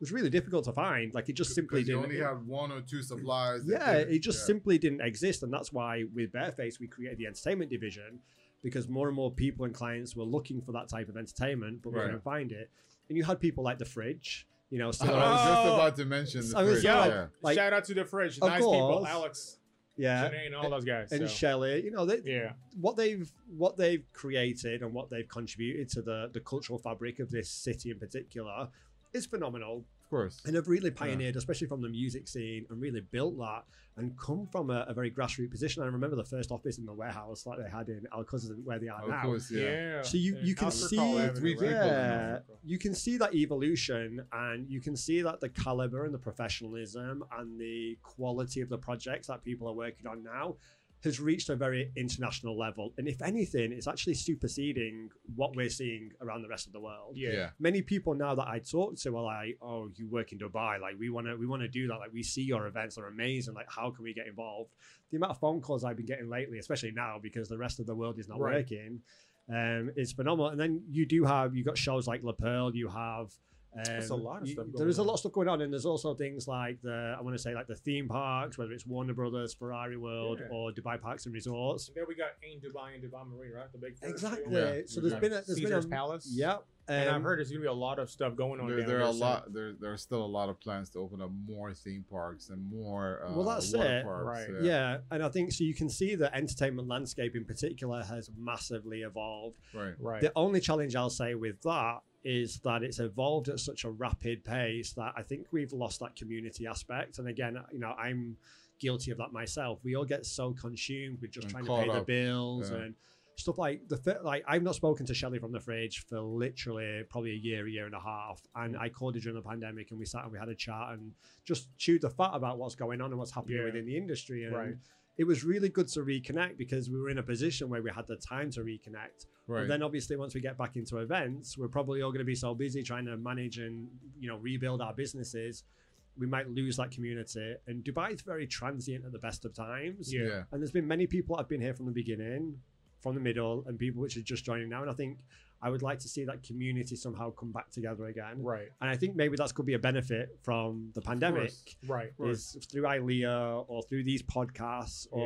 was really difficult to find. Like it just simply 'Cause you didn't. only have one or two suppliers. that yeah, did it just Yeah. simply didn't exist, and that's why with Bareface we created the entertainment division because more and more people and clients were looking for that type of entertainment, but we Right. couldn't find it. And you had people like the Fridge, you know, still I was around. just Oh. about to mention. The I was fridge, like- yeah. like- shout out to the fridge, Of nice people, course. Alex, yeah, Janae, and all those guys. and so, Shelley, you know, they, yeah, what they've what they've created and what they've contributed to the the cultural fabric of this city in particular is phenomenal. of course. and have really pioneered, especially from the music scene, and really built that and come from a, a very grassroots position. I remember the first office in the warehouse like they had in Alcuzar, where they are Of now. course, yeah. yeah. So you- And you can Alfred see- Call Avenue, Three right? people Yeah, now. you can see that evolution, and you can see that the caliber and the professionalism and the quality of the projects that people are working on now has reached a very international level. And if anything, it's actually superseding what we're seeing around the rest of the world yeah, yeah, many people now that I talk to are like, "Oh, you work in Dubai? Like, we want to, we want to do that. Like, we see your events are amazing. Like, how can we get involved?" The amount of phone calls I've been getting lately, especially now because the rest of the world is not Right. working, um, is phenomenal. And then you do have you got shows like La Pearl, you have There's There's a lot of stuff there going is a on. lot of stuff going on, and there's also things like the I want to say like the theme parks, whether it's Warner Brothers, Ferrari World, Yeah. or Dubai Parks and Resorts. And then we got Ain Dubai and Dubai Marine, right? The big first Exactly. deal. Yeah. So there's Yeah. been a, there's Caesar's been a, Palace. yeah, and I've um, heard there's gonna be a lot of stuff going on. There, down there are a so- lot. There, there are still a lot of plans to open up more theme parks and more. Uh, Well, that's water it. Parks. Right. Yeah, and I think so. You can see the entertainment landscape in particular has massively evolved. Right. Right. The only challenge I'll say with that is that it's evolved at such a rapid pace that I think we've lost that community aspect. And again, you know, I'm guilty of that myself. We all get so consumed with just And trying to caught pay the up. bills Yeah. and stuff like the fir- like I've not spoken to Shelley from the fridge for literally probably a year, a year and a half. And Mm. I called her during the pandemic and we sat and we had a chat and just chewed the fat about what's going on and what's happening Yeah. within the industry. And Right. it was really good to reconnect because we were in a position where we had the time to reconnect. Right. But then obviously once we get back into events, we're probably all going to be so busy trying to manage and you know rebuild our businesses, we might lose that community. And Dubai is very transient at the best of times. yeah. yeah. And there's been many people that have been here from the beginning, from the middle, and people which are just joining now. And I think I would like to see that community somehow come back together again. Right. And I think maybe that's could be a benefit from the pandemic. Right. Is through ILEA or thor through these podcasts or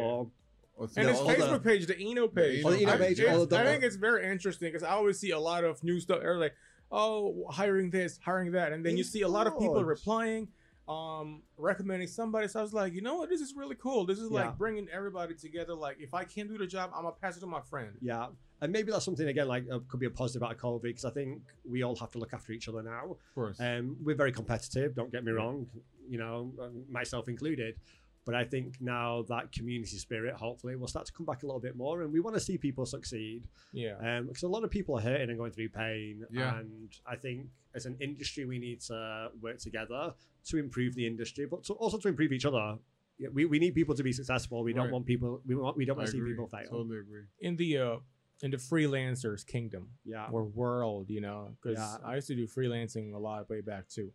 Well, And so his all the- Facebook page, the Eno page. Eno Or the Eno I- page, it's- all the- I think it's very interesting because I always see a lot of new stuff. Or like, oh, hiring this, hiring that, and then you It's see a lot of people huge. replying, um, recommending somebody. So I was like, you know what, this is really cool. This is like Yeah. bringing everybody together. Like, if I can't do the job, I'm gonna pass it to my friend. Yeah, and maybe that's something again like uh, could be a positive out of COVID because I think we all have to look after each other now. Of course. Um, we're very competitive. Don't get me wrong, you know, um, myself included. But I think now that community spirit hopefully will start to come back a little bit more, and we want to see people succeed Yeah. because a lot of people are hurting and going through pain. Yeah. And I think as an industry, we need to work together to improve the industry, but to also to improve each other. Yeah, We, we need people to be successful. We don't Right. want people. We want we don't want I to see agree. people fail. Totally agree. In the uh, in the freelancers kingdom Yeah. or world, you know, because Uh, Yeah. I used to do freelancing a lot way back too.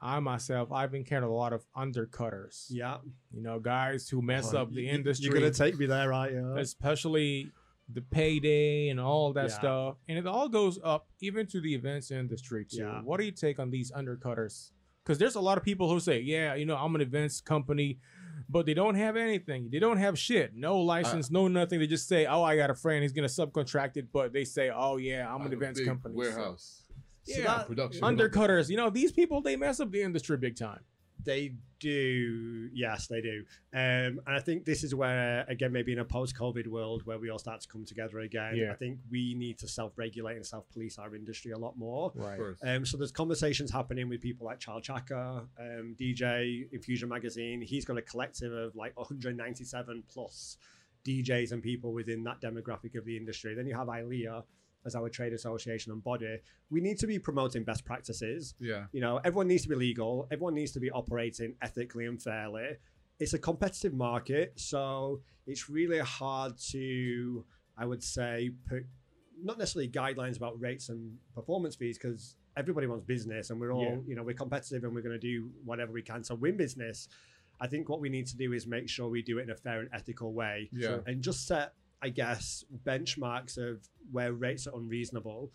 I myself, I've encountered a lot of undercutters. Yeah. You know, guys who mess Oh, up the you- industry. You're gonna take me there, right? Yeah. especially the payday and all that Yeah. stuff. And it all goes up even to the events industry too. Yeah. What do you take on these undercutters? Because there's a lot of people who say, "Yeah, you know, I'm an events company," but they don't have anything. They don't have shit. No license, no nothing. They just say, "Oh, I got a friend. He's gonna subcontract it," but they say, "Oh yeah, I'm Out an of events big company." So- Warehouse. Yeah. that- Production. Undercutters, you know, these people they mess up the industry big time. They do, yes, they do. Um, and I think this is where, again, maybe in a post-COVID world where we all start to come together again. Yeah. I think we need to self-regulate and self-police our industry a lot more. Of Right. course. Um, so there's conversations happening with people like Charles Chaka, um, DJ Infusion Magazine. He's got a collective of like 197 plus DJs and people within that demographic of the industry. Then you have ILEA as our trade association and body. We need to be promoting best practices. yeah. You know, everyone needs to be legal. Everyone needs to be operating ethically and fairly. It's a competitive market, so it's really hard to, I would say, put not necessarily guidelines about rates and performance fees because everybody wants business and we're all, Yeah. you know, we're competitive and we're going to do whatever we can to win business. I think what we need to do is make sure we do it in a fair and ethical way Yeah. and just set, I guess, benchmarks of where rates are unreasonable.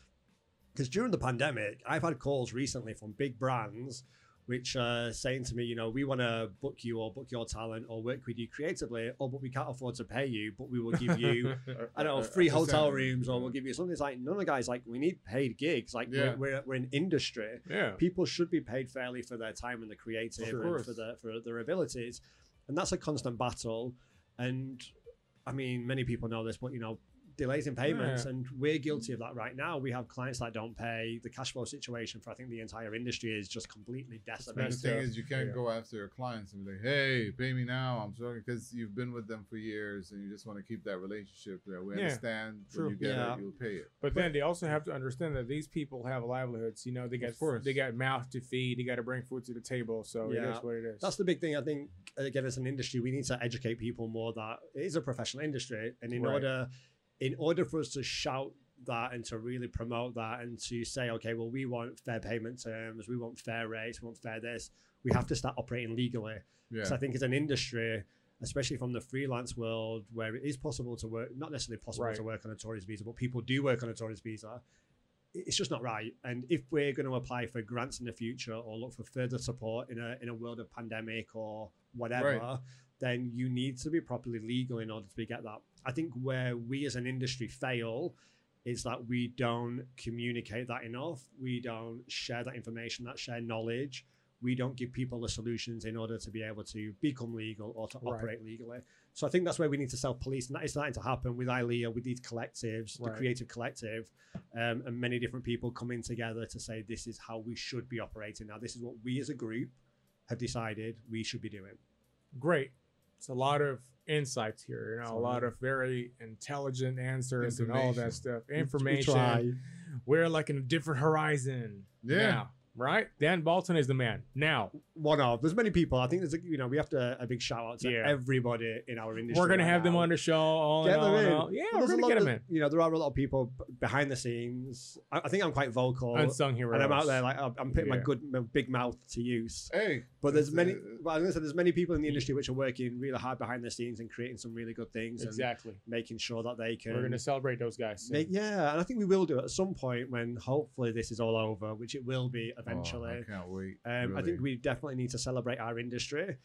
Because during the pandemic, I've had calls recently from big brands which are saying to me, you know, we want to book you or book your talent or work with you creatively, or but we can't afford to pay you, but we will give you, I Uh, don't know, free hotel rooms or we'll give you something. It's like, none of the guys, like, we need paid gigs. Like, Yeah. we're, we're, we're an industry Yeah. people should be paid fairly for their time and the creative Of and course. for their for their abilities and that's a constant battle and i mean many people know this but you know delays in payments Yeah. and we're guilty of that right now we have clients that don't pay the cash flow situation for i think the entire industry is just completely And the decimated thing is, you uh, can't Yeah. go after your clients and be like, "Hey, pay me now." I'm sorry because you've been with them for years, and you just want to keep that relationship there. We Yeah. understand. True. When you get Yeah. it, you'll pay it. But then they also have to understand that these people have livelihoods. You know, they got Of course. they got mouth to feed. They got to bring food to the table. So it Yeah. is what it is. that's the big thing i think again as an industry we need to educate people more that it is a professional industry and in Right. order in order for us to shout that and to really promote that and to say okay well we want fair payment terms we want fair rates we want fair this we have to start operating legally Yeah. so i think as an industry especially from the freelance world where it is possible to work not necessarily possible Right. to work on a tourist visa but people do work on a tourist visa it's just not right. And if we're going to apply for grants in the future or look for further support in a in a world of pandemic or whatever, then you need to be properly legal in order to get that. I think where we as an industry fail is that we don't communicate that enough. We don't share that information, that share knowledge. We don't give people the solutions in order to be able to become legal or to Right. operate legally. So I think that's where we need to self police, and that is starting to happen with ILEA, with these collectives, the Right. creative collective, um, and many different people coming together to say this is how we should be operating now. This is what we as a group have decided we should be doing. Great. It's a lot of insights here, you know, a lot of very intelligent answers and all Information. that stuff. We- we Information. try. We're like in a different horizon. Yeah. now, right? Dan Balton is the man. Now, one of. There's many people. I think there's a, you know we have to a big shout out to Yeah. everybody in our industry. we're going to right have them now. on the show. All Get in all, them and in. all. Yeah, But we're there's going to a lot get them that- in. You know there are a lot of people b- behind the scenes. I, I think I'm quite vocal. Unsung heroes. and I'm out there like "Oh, I'm I'm putting my Yeah. good my big mouth to use. Hey. But there's that's, many. uh, But I'm gonna say there's many people in the Ye- industry which are working really hard behind the scenes and creating some really good things Exactly. and making sure that they can. We're going to celebrate those guys. soon. make, yeah, and I think we will do it at some point when hopefully this is all over, which it will be oh, eventually. I can't wait. um, I really. think we definitely need to celebrate our industry.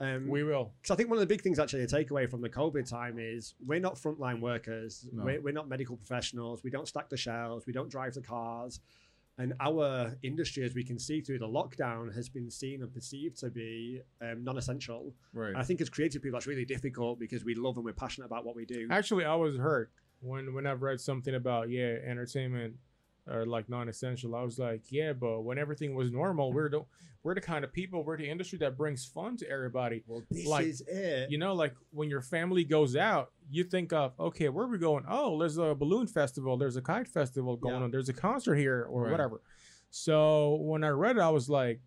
Um, We will. because I think one of the big things actually to take away from the COVID time is we're not frontline workers. No. We're, we're not medical professionals. We don't stack the shelves. We don't drive the cars. And our industry, as we can see through the lockdown, has been seen and perceived to be um, non essential. And I Right. think as creative people, that's really difficult because we love and we're passionate about what we do. Actually, I was hurt when when I've read something about yeah, entertainment or like non-essential. I was like, yeah, but when everything was normal, we're the we're the kind of people, we're the industry that brings fun to everybody. Well, this like, is it. You know, like when your family goes out, you think of okay, where are we going? Oh, there's a balloon festival, there's a kite festival going Yeah. on, there's a concert here or Right. whatever. So when I read it, I was like,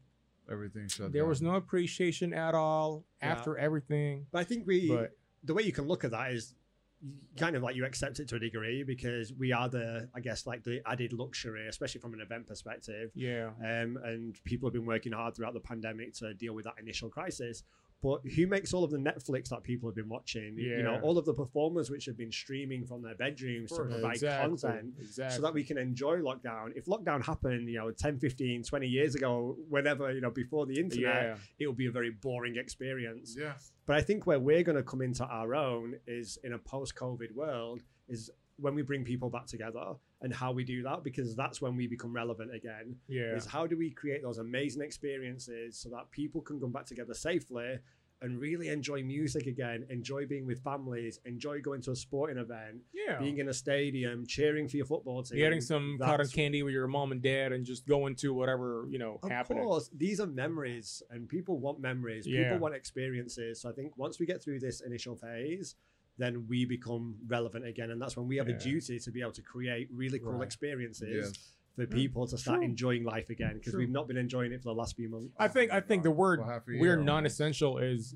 Everything shut there down. was no appreciation at all Yeah. after everything. But I think we, But- the way you can look at that is you kind of like you accept it to a degree because we are the, I guess, like the added luxury, especially from an event perspective. Yeah, Um, and people have been working hard throughout the pandemic to deal with that initial crisis. But who makes all of the Netflix that people have been watching? You know, Yeah. all of the performers which have been streaming from their bedrooms to provide content exactly. so that we can enjoy lockdown. If lockdown happened, you know, 10, 15, 20 years ago, whenever, you know, before the internet, yeah. it would be a very boring experience. Yeah. But I think where we're going to come into our own is in a post-COVID world is when we bring people back together and how we do that because that's when we become relevant again. Yeah. Is how do we create those amazing experiences so that people can come back together safely and really enjoy music again, enjoy being with families, enjoy going to a sporting event, yeah. being in a stadium, cheering for your football team, Getting some cotton That's- candy with your mom and dad and just going to whatever, you know, Of happening. course, these are memories, and people want memories. Yeah. People want experiences. So I think once we get through this initial phase, then we become relevant again, and that's when we have Yeah. a duty to be able to create really cool Right. experiences Yes. for Yeah. people to start True. enjoying life again because True. we've not been enjoying it for the last few months. I think I think the word Well, half a year we're almost. non-essential is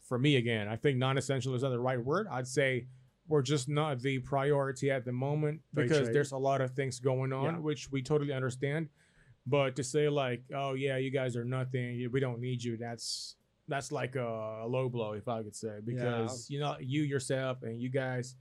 for me again. I think non-essential is not the right word. I'd say we're just not the priority at the moment Very because true. there's a lot of things going on, Yeah. which we totally understand. But to say like, oh yeah, you guys are nothing. you- We don't need you. That's that's like a, a low blow, if I could say, because you know you yourself and you guys,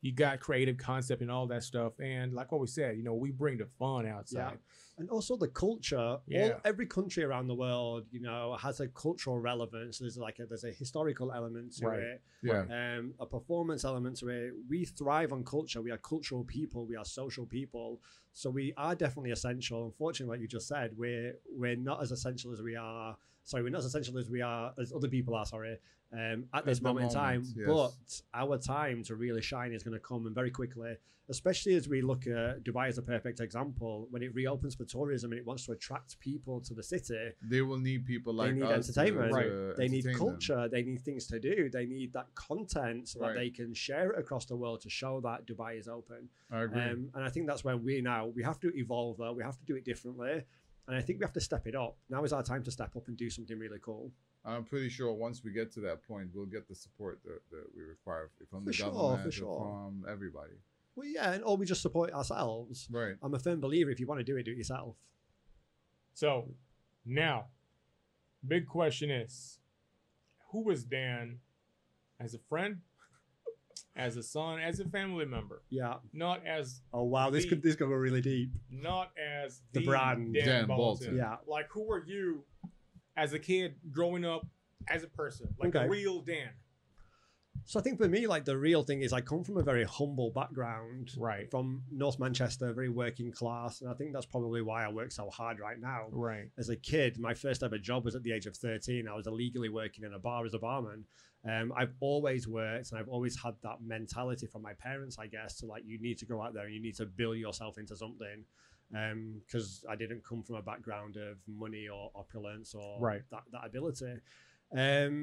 you got creative concept and all that stuff. And like what we said, you know, we bring the fun outside. and also the culture. Yeah. All every country around the world, you know, has a cultural relevance. There's like a, there's a historical element to Right. it. Yeah. um, a performance element to it. We thrive on culture. We are cultural people. We are social people. So we are definitely essential. Unfortunately, like you just said, we're we're not as essential as we are. Sorry, we're not as essential as we are as other people are. Sorry, um, at this At the moment, in time. moment, yes. But our time to really shine is going to come and very quickly. Especially as we look at Dubai as a perfect example, when it reopens for tourism and it wants to attract people to the city, They will need people like need us to- entertainment. to Right. they need entertain them. culture they need things to do they need that content so Right. that they can share it across the world to show that dubai is open I agree. um, and i think that's when we now we have to evolve though we have to do it differently and i think we have to step it up now is our time to step up and do something really cool I'm pretty sure once we get to that point, we'll get the support that, that we require from the For sure, for government, or sure. from everybody. well yeah and or we just support ourselves Right. i'm a firm believer if you want to do it do it yourself So now, big question is, who was Dan as a friend? as a son, as a family member, Yeah. not as Oh wow, this The- could this could go really deep. not as The brand. Dan, Dan Bolton. Yeah. Yeah. Like who were you as a kid growing up as a person? Like Okay. a real Dan. So I think for me, like the real thing is I come from a very humble background. Right. From North Manchester, very working class. And I think that's probably why I work so hard right now. Right. As a kid, my first ever job was at the age of 13. I was illegally working in a bar as a barman. Um, I've always worked and I've always had that mentality from my parents, I guess, to like, you need to go out there and you need to build yourself into something. Because I didn't come from a background of money or opulence or Right. that, that ability. Um,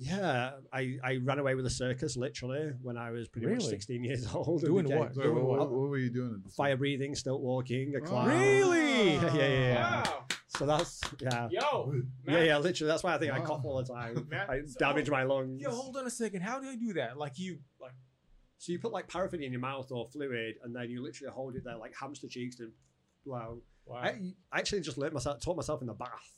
yeah, I, I ran away with a circus literally when I was pretty much Really? 16 years old. and Doing became what? So Doing what, what, what? what were you doing? At this Fire breathing, stilt walking, a Oh. clown. Really? Yeah, yeah, yeah, yeah. Wow. So that's yeah. Yo. Yeah, yeah, literally. That's why I think I Wow. cough all the time. Matt- I so- damage my lungs. Yo, hold on a second. How do I do that? Like you like So you put like paraffin in your mouth or fluid, and then you literally hold it there like hamster cheeks and blow. wow. I I actually just learned myself, taught myself in the bath.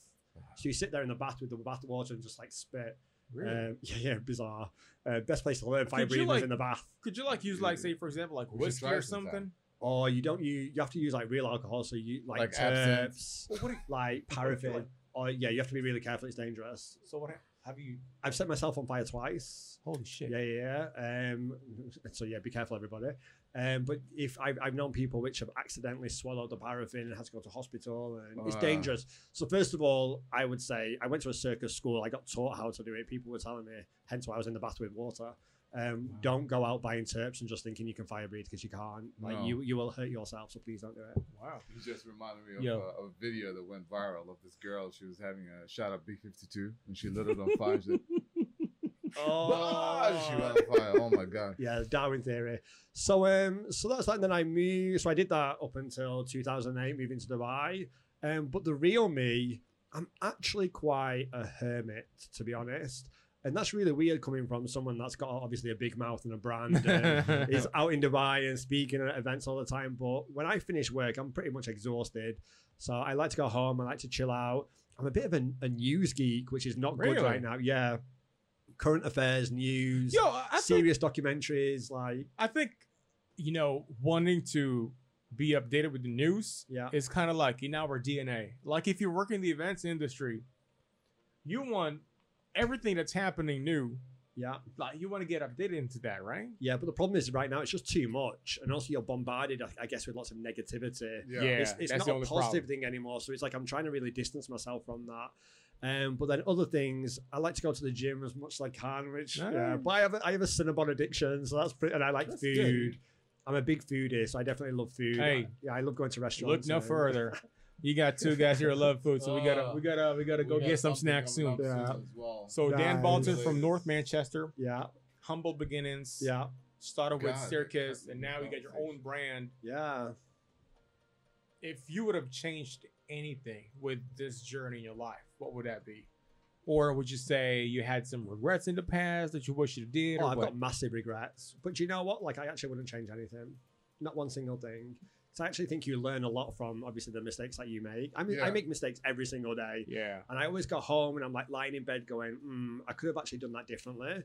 So you sit there in the bath with the bath water and just like spit. Um, yeah, yeah, bizarre. Uh, best place to learn fire Could you, breathing is like- in the bath. Could you like use like say for example like We should whiskey try or sometime. something? Or you don't you you have to use like real alcohol, so you like, Like absinthe? turps, Well, what do you- like paraffin. like- Or yeah, you have to be really careful. It's dangerous. So what ha- have you? I've set myself on fire twice. Holy shit! Yeah, yeah. yeah. Um, so yeah, be careful, everybody. Um, but if I've, I've known people which have accidentally swallowed the paraffin and had to go to hospital, and it's Ah. dangerous. So first of all, I would say I went to a circus school. I got taught how to do it. People were telling me, hence why I was in the bath with water. Um, Wow. Don't go out buying terps and just thinking you can fire breathe because you can't. Like No. you, you will hurt yourself. So please don't do it. Wow. You just reminded me of Yeah. a, a video that went viral of this girl. She was having a shot of B fifty two, and she lit it on fire. She like, "Ah," she went on fire. Oh my god! yeah, Darwin theory. So um, so that's that. And then I moved. So I did that up until 2008, moving to Dubai. Um, but the real me, I'm actually quite a hermit, to be honest. And that's really weird coming from someone that's got obviously a big mouth and a brand. And is out in Dubai and speaking at events all the time. But when I finish work, I'm pretty much exhausted. So I like to go home. I like to chill out. I'm a bit of a, a news geek, which is not Really? good right now. Yeah. Current affairs, news, Yo, I I think, serious documentaries. Like, I think you know wanting to be updated with the news yeah. is kind of like in our DNA. Like if you're working the events industry, you want everything that's happening new. Yeah. Like you want to get updated into that, right? Yeah. But the problem is right now, it's just too much. And also, you're bombarded, I- I guess, with lots of negativity. Yeah. it's, it's that's not the a only positive problem. thing anymore. So it's like I'm trying to really distance myself from that. Um, but then other things, I like to go to the gym as much as I can, which Nice. yeah, but I have a, I have a Cinnabon addiction, so that's pretty, and I like That's food. good. I'm a big foodie, so I definitely love food. Hey. yeah, I love going to Look restaurants. no and- further. You got two guys here who love food, so we gotta Uh, we gotta we gotta go We got get some something snacks coming soon. up soon Yeah. as well. So Dan Nice. Bolton from North Manchester, Yeah, humble beginnings. yeah, Started with God, circus, that- and now you got your own brand. yeah. If you would have changed anything with this journey in your life, what would that be? Or would you say you had some regrets in the past that you wish you did? Oh, or I've what? got massive regrets. But do you know what? Like, I actually wouldn't change anything. Not one single thing. So I actually think you learn a lot from obviously the mistakes that you make. I mean, I Yeah. make mistakes every single day. yeah. And I always go home and I'm like lying in bed going, mm, I could have actually done that differently.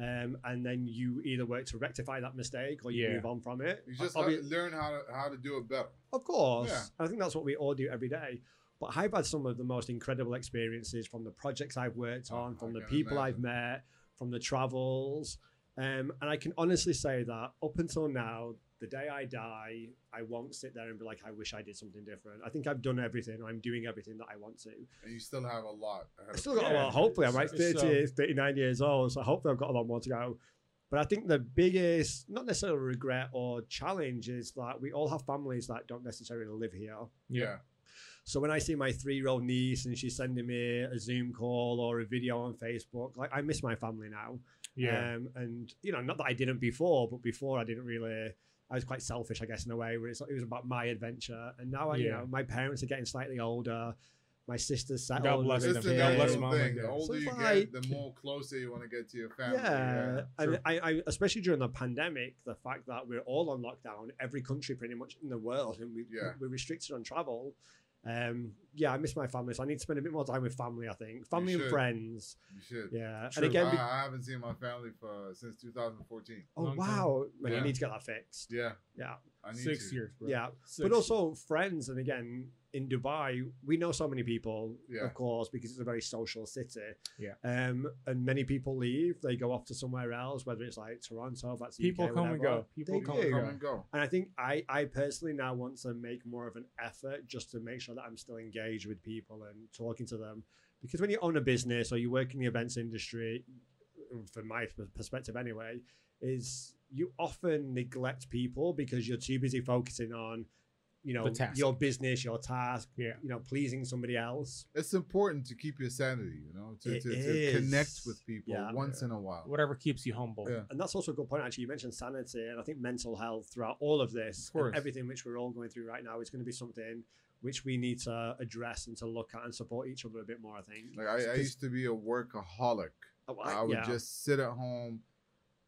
Um, and then you either work to rectify that mistake or you Yeah. move on from it. you just have Obvi- to learn how to how to do it better. of course. Yeah. I think that's what we all do every day. But I've had some of the most incredible experiences from the projects I've worked Oh, on, I from the can people I've met, from the travels. Um, and I can honestly say that up until now, the day I die, I won't sit there and be like, I wish I did something different. I think I've done everything. I'm doing everything that I want to. And you still have a lot. ahead I of still you. got a Yeah. lot. Hopefully, I'm like It's- it's, um, 30, 39 years old, so hopefully I've got a lot more to go. But I think the biggest, not necessarily regret or challenge, is that we all have families that don't necessarily live here. Yeah. So when I see my three-year-old niece and she's sending me a Zoom call or a video on Facebook, like I miss my family now. Yeah. Um, and you know, not that I didn't before, but before I didn't really. I was quite selfish, I guess, in a way where it's, it was about my adventure. And now, I, you Yeah. know, my parents are getting slightly older. My sister's settled. God bless them. with It's her the God kids. bless natural mom and thing. dad. The So older it's you like- get, the more closer you want to get to your family. Yeah, true. and I, I, especially during the pandemic, the fact that we're all on lockdown, every country pretty much in the world, and we Yeah. we're restricted on travel. Um, yeah, I miss my family, so I need to spend a bit more time with family. I think family and should. friends. You should. Yeah, True. Ah, and again, I, be- I haven't seen my family for since 2014. oh Long time. wow, man, I Yeah. need to get that fixed. Yeah. Yeah. I need Six to. years, bro. Yeah, Six but also friends, and again, in Dubai, we know so many people, Yeah. of course, because it's a very social city. Yeah. um, and many people leave; they go off to somewhere else, whether it's like Toronto, if that's the People UK, come and whatever. go. People They You come do. and can go. come and go. And I think I, I personally now want to make more of an effort just to make sure that I'm still engaged with people and talking to them. Because when you own a business or you work in the events industry, from my p- perspective anyway, is you often neglect people because you're too busy focusing on, you know, The task. your business, your task, Yeah. you know, pleasing somebody else. It's important to keep your sanity, you know, to, It to, to connect is. with people Yeah. once in a while. Whatever keeps you humble. Yeah. And that's also a good point, actually. You mentioned sanity, and I think mental health throughout all of this, Of course. and everything which we're all going through right now, is going to be something which we need to address and to look at and support each other a bit more. I think. Like I, I used to be a workaholic. Oh, I would yeah. just sit at home,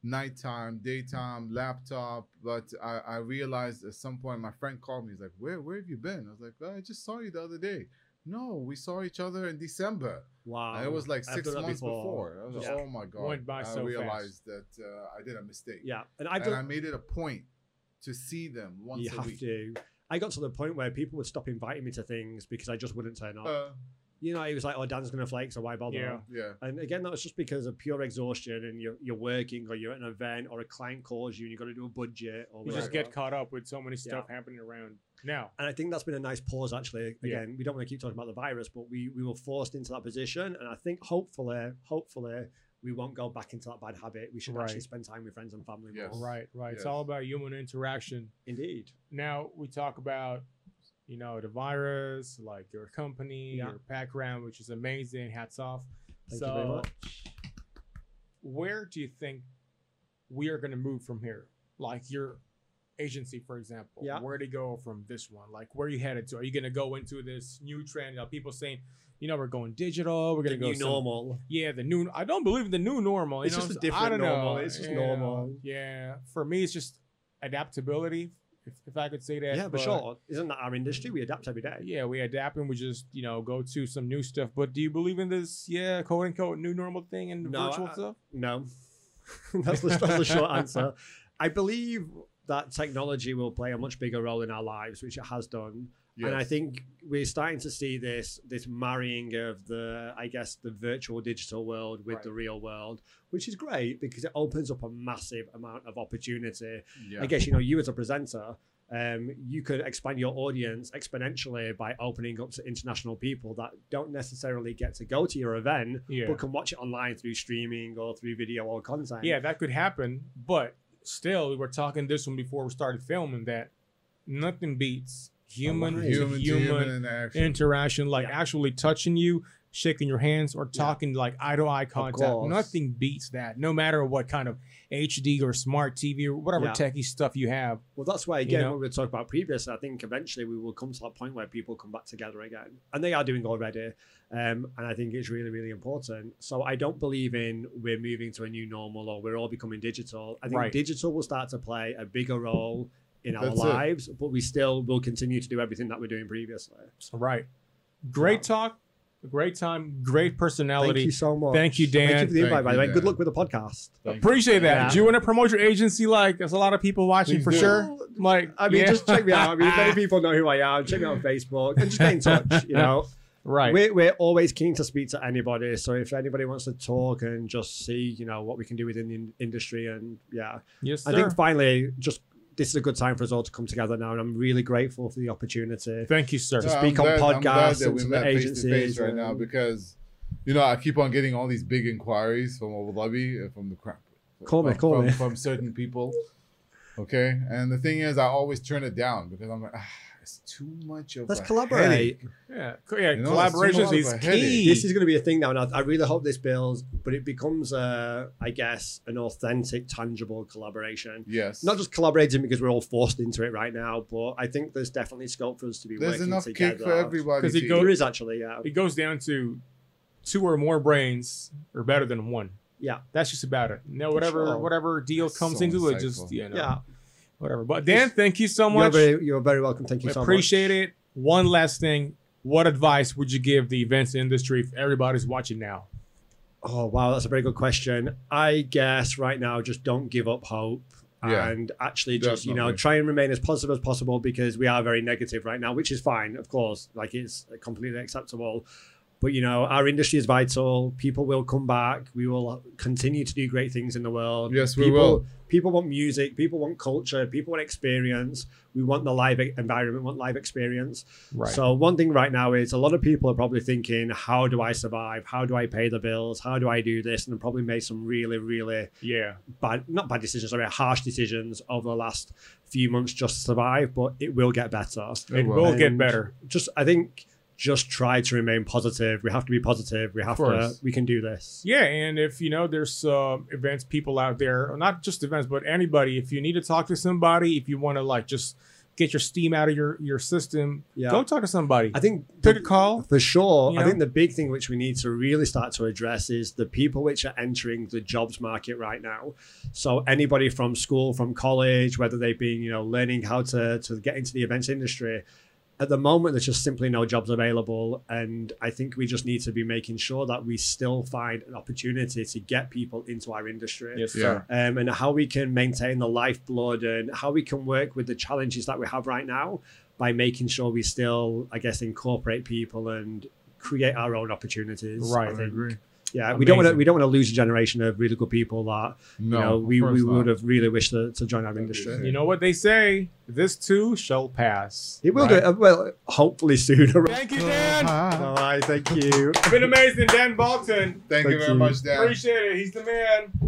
nighttime, daytime, laptop. But I, I realized at some point my friend called me. He's like, "Where where have you been?" I was like, "Well, "I just saw you the other day." No, we saw each other in December. wow. and it was like Um, I've six done that months before. before. I was like, Yeah. "Oh my god!" Went by I so realized that uh, I did a mistake. Yeah, and I've and I done. made it a point to see them once you a have week. to. I got to the point where people would stop inviting me to things because I just wouldn't turn up. Uh, you know, it was like, "Oh, Dan's going to flake, so why bother?" Yeah. yeah, And again, that was just because of pure exhaustion, and you're, you're working, or you're at an event, or a client calls you, and you've got to do a budget, or You just whatever. get caught up with so many stuff happening around now. And I think that's been a nice pause, actually. Yeah. Again, we don't want to keep talking about the virus, but we, we were forced into that position. And I think hopefully, hopefully, we won't go back into that bad habit. We should actually Right. spend time with friends and family Yes. more. Right, right. It's Yes. all about human interaction. Indeed. now we talk about you know the virus like your company Yeah. your background which is amazing hats off Thank so you very much. where do you think we are going to move from here like your agency for example Yeah. where to go from this one like where are you headed to are you going to go into this new trend of people saying you know we're going digital we're The going to go new some- normal. yeah, the new. I don't believe in the new normal. You It's know, just a so I different don't normal, Know. it's just Yeah, normal. Yeah, for me, it's just adaptability, if, if I could say that. Yeah, for but- sure. Isn't that our industry? We adapt every day. Yeah, we adapt and we just you know go to some new stuff. But do you believe in this? Yeah, quote unquote new normal thing and No, virtual I- stuff. No. that's, the, that's the short answer. I believe that technology will play a much bigger role in our lives, which it has done. And I yes. think we're starting to see this this marrying of the, I guess, the virtual digital world with Right. the real world, which is great because it opens up a massive amount of opportunity. yeah. I guess you know you as a presenter, um, you could expand your audience exponentially by opening up to international people that don't necessarily get to go to your event, Yeah, but can watch it online through streaming or through video or content. yeah, that could happen. But still, we were talking this one before we started filming that nothing beats human Alive. to human, to human, human interaction. interaction, like Yeah. actually touching you, shaking your hands, or Yeah. talking like eye to eye contact. course. Nothing beats that, no matter what kind of HD or smart TV or whatever Yeah. techie stuff you have. Well, that's why You again, know? what we were talking about previously, I think eventually we will come to that point where people come back together again, and they are doing already. Um, and I think it's really, really important. So I don't believe in we're moving to a new normal or we're all becoming digital. I think Right. digital will start to play a bigger role in our That's it. lives, but we still will continue to do everything that we're doing previously. Right. Great Yeah. talk, great time, great Thank personality. you so much. Thank you, Dan. Thank you for the Thank invite, by you, the way. Good Dan. luck with the podcast. Thank you. Appreciate that. Yeah. Do you want to promote your agency? Like, there's a lot of people watching Please for do. sure. Like, I mean, yeah. just check me out. I mean, many people know who I am. Check me out on Facebook and just get in touch. You know, right. We're, we're always keen to speak to anybody. So if anybody wants to talk and just see, you know, what we can do within the in- industry, and yeah, yes, sir. I think finally, just this is a good time for us all to come together now, and I'm really grateful for the opportunity. Thank you, sir. to No, speak on I'm glad podcasts that and we to the met face to face agencies right now and- because, you know, I keep on getting all these big inquiries from Abu Dhabi and from the crap. Call me, from, call from, me. From certain people. Okay. And the thing is, I always turn it down because I'm like, ah, it's too much of Let's a collaborate. headache." Yeah, co- yeah. You know, it's too collaborations much of is a headache. key. This is going to be a thing now, and I, I really hope this builds, but it becomes, uh, I guess, an authentic, tangible collaboration. Yes. Not just collaborating because we're all forced into it right now, but I think there's definitely scope for us to be There's working enough together. cake for everybody. 'Cause it to eat. goes- There is actually, yeah. it goes down to two or more brains are better than one. Yeah. That's just about it. No, whatever sure. whatever deal That's comes so into it, insightful. just you know, Yeah. whatever. But Dan, thank you so much. You're very, you're very welcome. Thank you so much. Appreciate it. One last thing. What advice would you give the events industry if everybody's watching now? Oh wow, that's a very good question. I guess right now, just don't give up hope. Yeah, and actually, just you know, definitely. try and remain as positive as possible because we are very negative right now, which is fine, of course. Like it's completely acceptable. But you know, our industry is vital. People will come back. We will continue to do great things in the world. Yes, we people, will. People want music. People want culture. People want experience. We want the live e- environment. Want live experience. So one thing right now is a lot of people are probably thinking, how do I survive? How do I pay the bills? How do I do this? And probably made some really, really yeah, bad, not bad decisions, sorry, harsh decisions over the last few months just to survive, but it will get better. Oh, it well. will get And better. Just, I think, just try to remain positive. We have to be positive. We have to, course. we can do this. Yeah, and if you know there's uh, events people out there, or not just events, but anybody, if you need to talk to somebody, if you want to like just get your steam out of your your system, Yeah. go talk to somebody. I think Pick a call. For sure. You I know? think the big thing which we need to really start to address is the people which are entering the jobs market right now. So anybody from school, from college, whether they've been, you know, learning how to to get into the events industry, at the moment there's just simply no jobs available. And I think we just need to be making sure that we still find an opportunity to get people into our industry Yes, Yeah. sir. um, and how we can maintain the lifeblood and how we can work with the challenges that we have right now by making sure we still, I guess, incorporate people and create our own opportunities. Right. I I think. agree. Yeah, we don't want to Amazing. we don't want to lose a generation of really good people that No, you know of we, we course not. would have really wished to, to join our That'd be industry. sick. You know what they say: this too shall pass. It will Right? do it. Well, hopefully sooner. Thank you, Dan. All Ah, right, thank you. It's been amazing, Dan Balton. Thank you Thank very you. much, Dan. Appreciate it. He's the man.